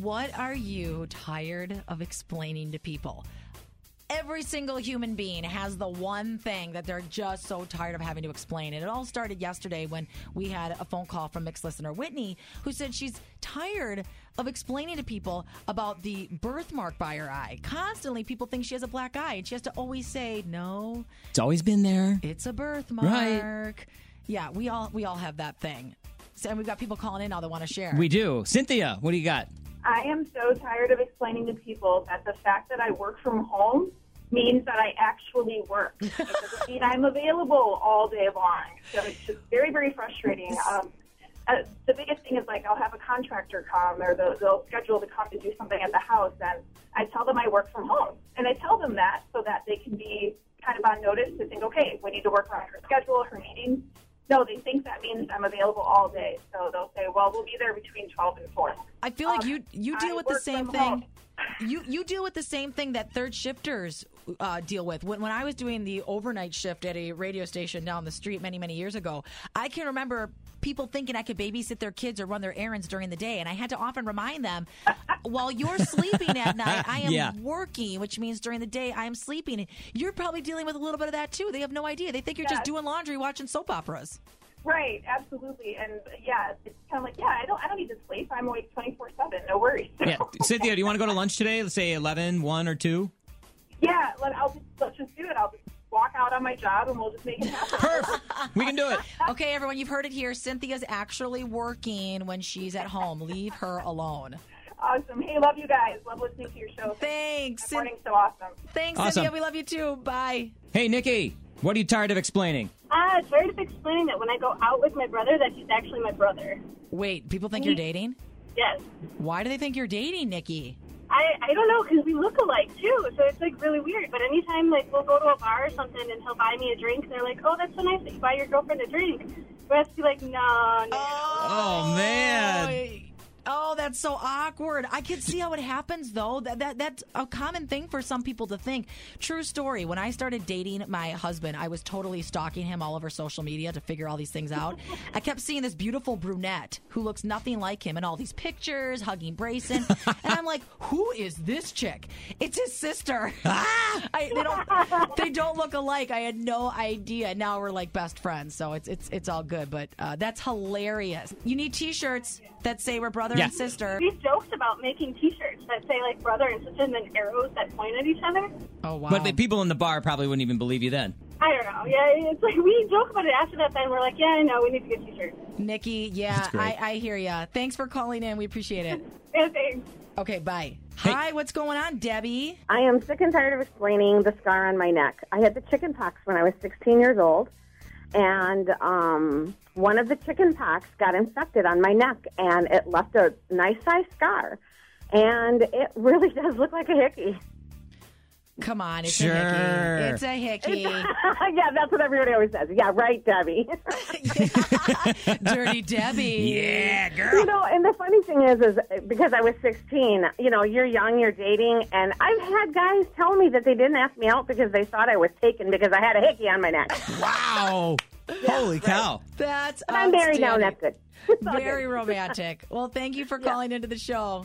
What are you tired of explaining to people? Every single human being has the one thing that they're just so tired of having to explain. And it all started yesterday when we had a phone call from mixed listener Whitney, who said she's tired of explaining to people about the birthmark by her eye. Constantly, people think she has a black eye, and she has to always say, No, It's always been there. it's a birthmark. Yeah, we all we all have that thing. So, and we've got people calling in now that want to share. We do. Cynthia, what do you got? I am so tired of explaining to people that the fact that I work from home means that I actually work. It doesn't mean I'm available all day long. So it's just very, very frustrating. Um, uh, the biggest thing is like I'll have a contractor come or they'll, they'll schedule to come and do something at the house, and I tell them I work from home, and I tell them that so that they can be kind of on notice to think, okay, we need to work around her schedule, her meetings. No, they think that means I'm available all day. So they'll say, well, we'll be there between 12 and 4. I feel like Um, you you deal I with the work same from thing. home. You you deal with the same thing that third shifters uh, deal with. When when I was doing the overnight shift at a radio station down the street many many years ago, I can remember people thinking I could babysit their kids or run their errands during the day, and I had to often remind them, while you're sleeping at night, I am Yeah. working, which means during the day I am sleeping. You're probably dealing with a little bit of that too. They have no idea. They think you're just Yes. doing laundry, watching soap operas. Right, absolutely, and yeah, it's kind of like yeah, I don't, I don't need to sleep. I'm awake twenty four seven. No worries. Yeah. Cynthia, do you want to go to lunch today? Let's say 11, 1 or 2. yeah. Let I'll just let's just do it. I'll just walk out on my job, and we'll just make it happen. Perf. We can do it. Okay, everyone, you've heard it here. Cynthia's actually working when she's at home. Leave her alone. Awesome. Hey, love you guys. Love listening to your show. Thanks. This morning's so awesome. Thanks, Awesome. Cynthia. We love you too. Bye. Hey, Nikki, what are you tired of explaining? Ah, uh, tired of explaining that when I go out with my brother, that he's actually my brother. Wait, people think you're dating? Yes. Why do they think you're dating, Nikki? I, I don't know, because we look alike, too, so it's, like, really weird. But anytime, like, we'll go to a bar or something, and he'll buy me a drink, they're like, oh, that's so nice that you buy your girlfriend a drink. But I have to be like, no, no. Oh, man. Oh, that's so awkward. I can see how it happens though. That, that that's a common thing for some people to think. True story. When I started dating my husband, I was totally stalking him all over social media to figure all these things out. I kept seeing this beautiful brunette who looks nothing like him in all these pictures, hugging Brayson, and I'm like, "Who is this chick?" It's his sister. I, they don't they don't look alike. I had no idea. Now we're like best friends, so it's it's it's all good. But uh, that's hilarious. You need T-shirts that say we're brother Yeah. and sister. Oh, We joked about making T-shirts that say, like, brother and sister, and then arrows that point at each other. Oh wow! But the people in the bar probably wouldn't even believe you then. I don't know. Yeah, it's like, we joke about it after that, then we're like, yeah, I know, we need to get T-shirts. Nikki, yeah, That's I, great. I hear ya. Thanks for calling in. We appreciate it. Yeah, thanks. Okay, bye. Hi, what's going on, Debbie? I am sick and tired of explaining the scar on my neck. I had the chicken pox when I was 16 years old, and um, one of the chicken pox got infected on my neck, and it left a nice size scar. And it really does look like a hickey. Come on, it's Sure. a hickey. It's a hickey. yeah, that's what everybody always says. Yeah, right, Debbie. Dirty Debbie. Yeah, you girl. know, and the funny thing is, is because I was 16, you know, you're young, you're dating, and I've had guys tell me that they didn't ask me out because they thought I was taken because I had a hickey on my neck. Wow. Holy cow. That's But I'm married now, and outstanding. that's good. It's all Very good. romantic. Well, thank you for calling into the show.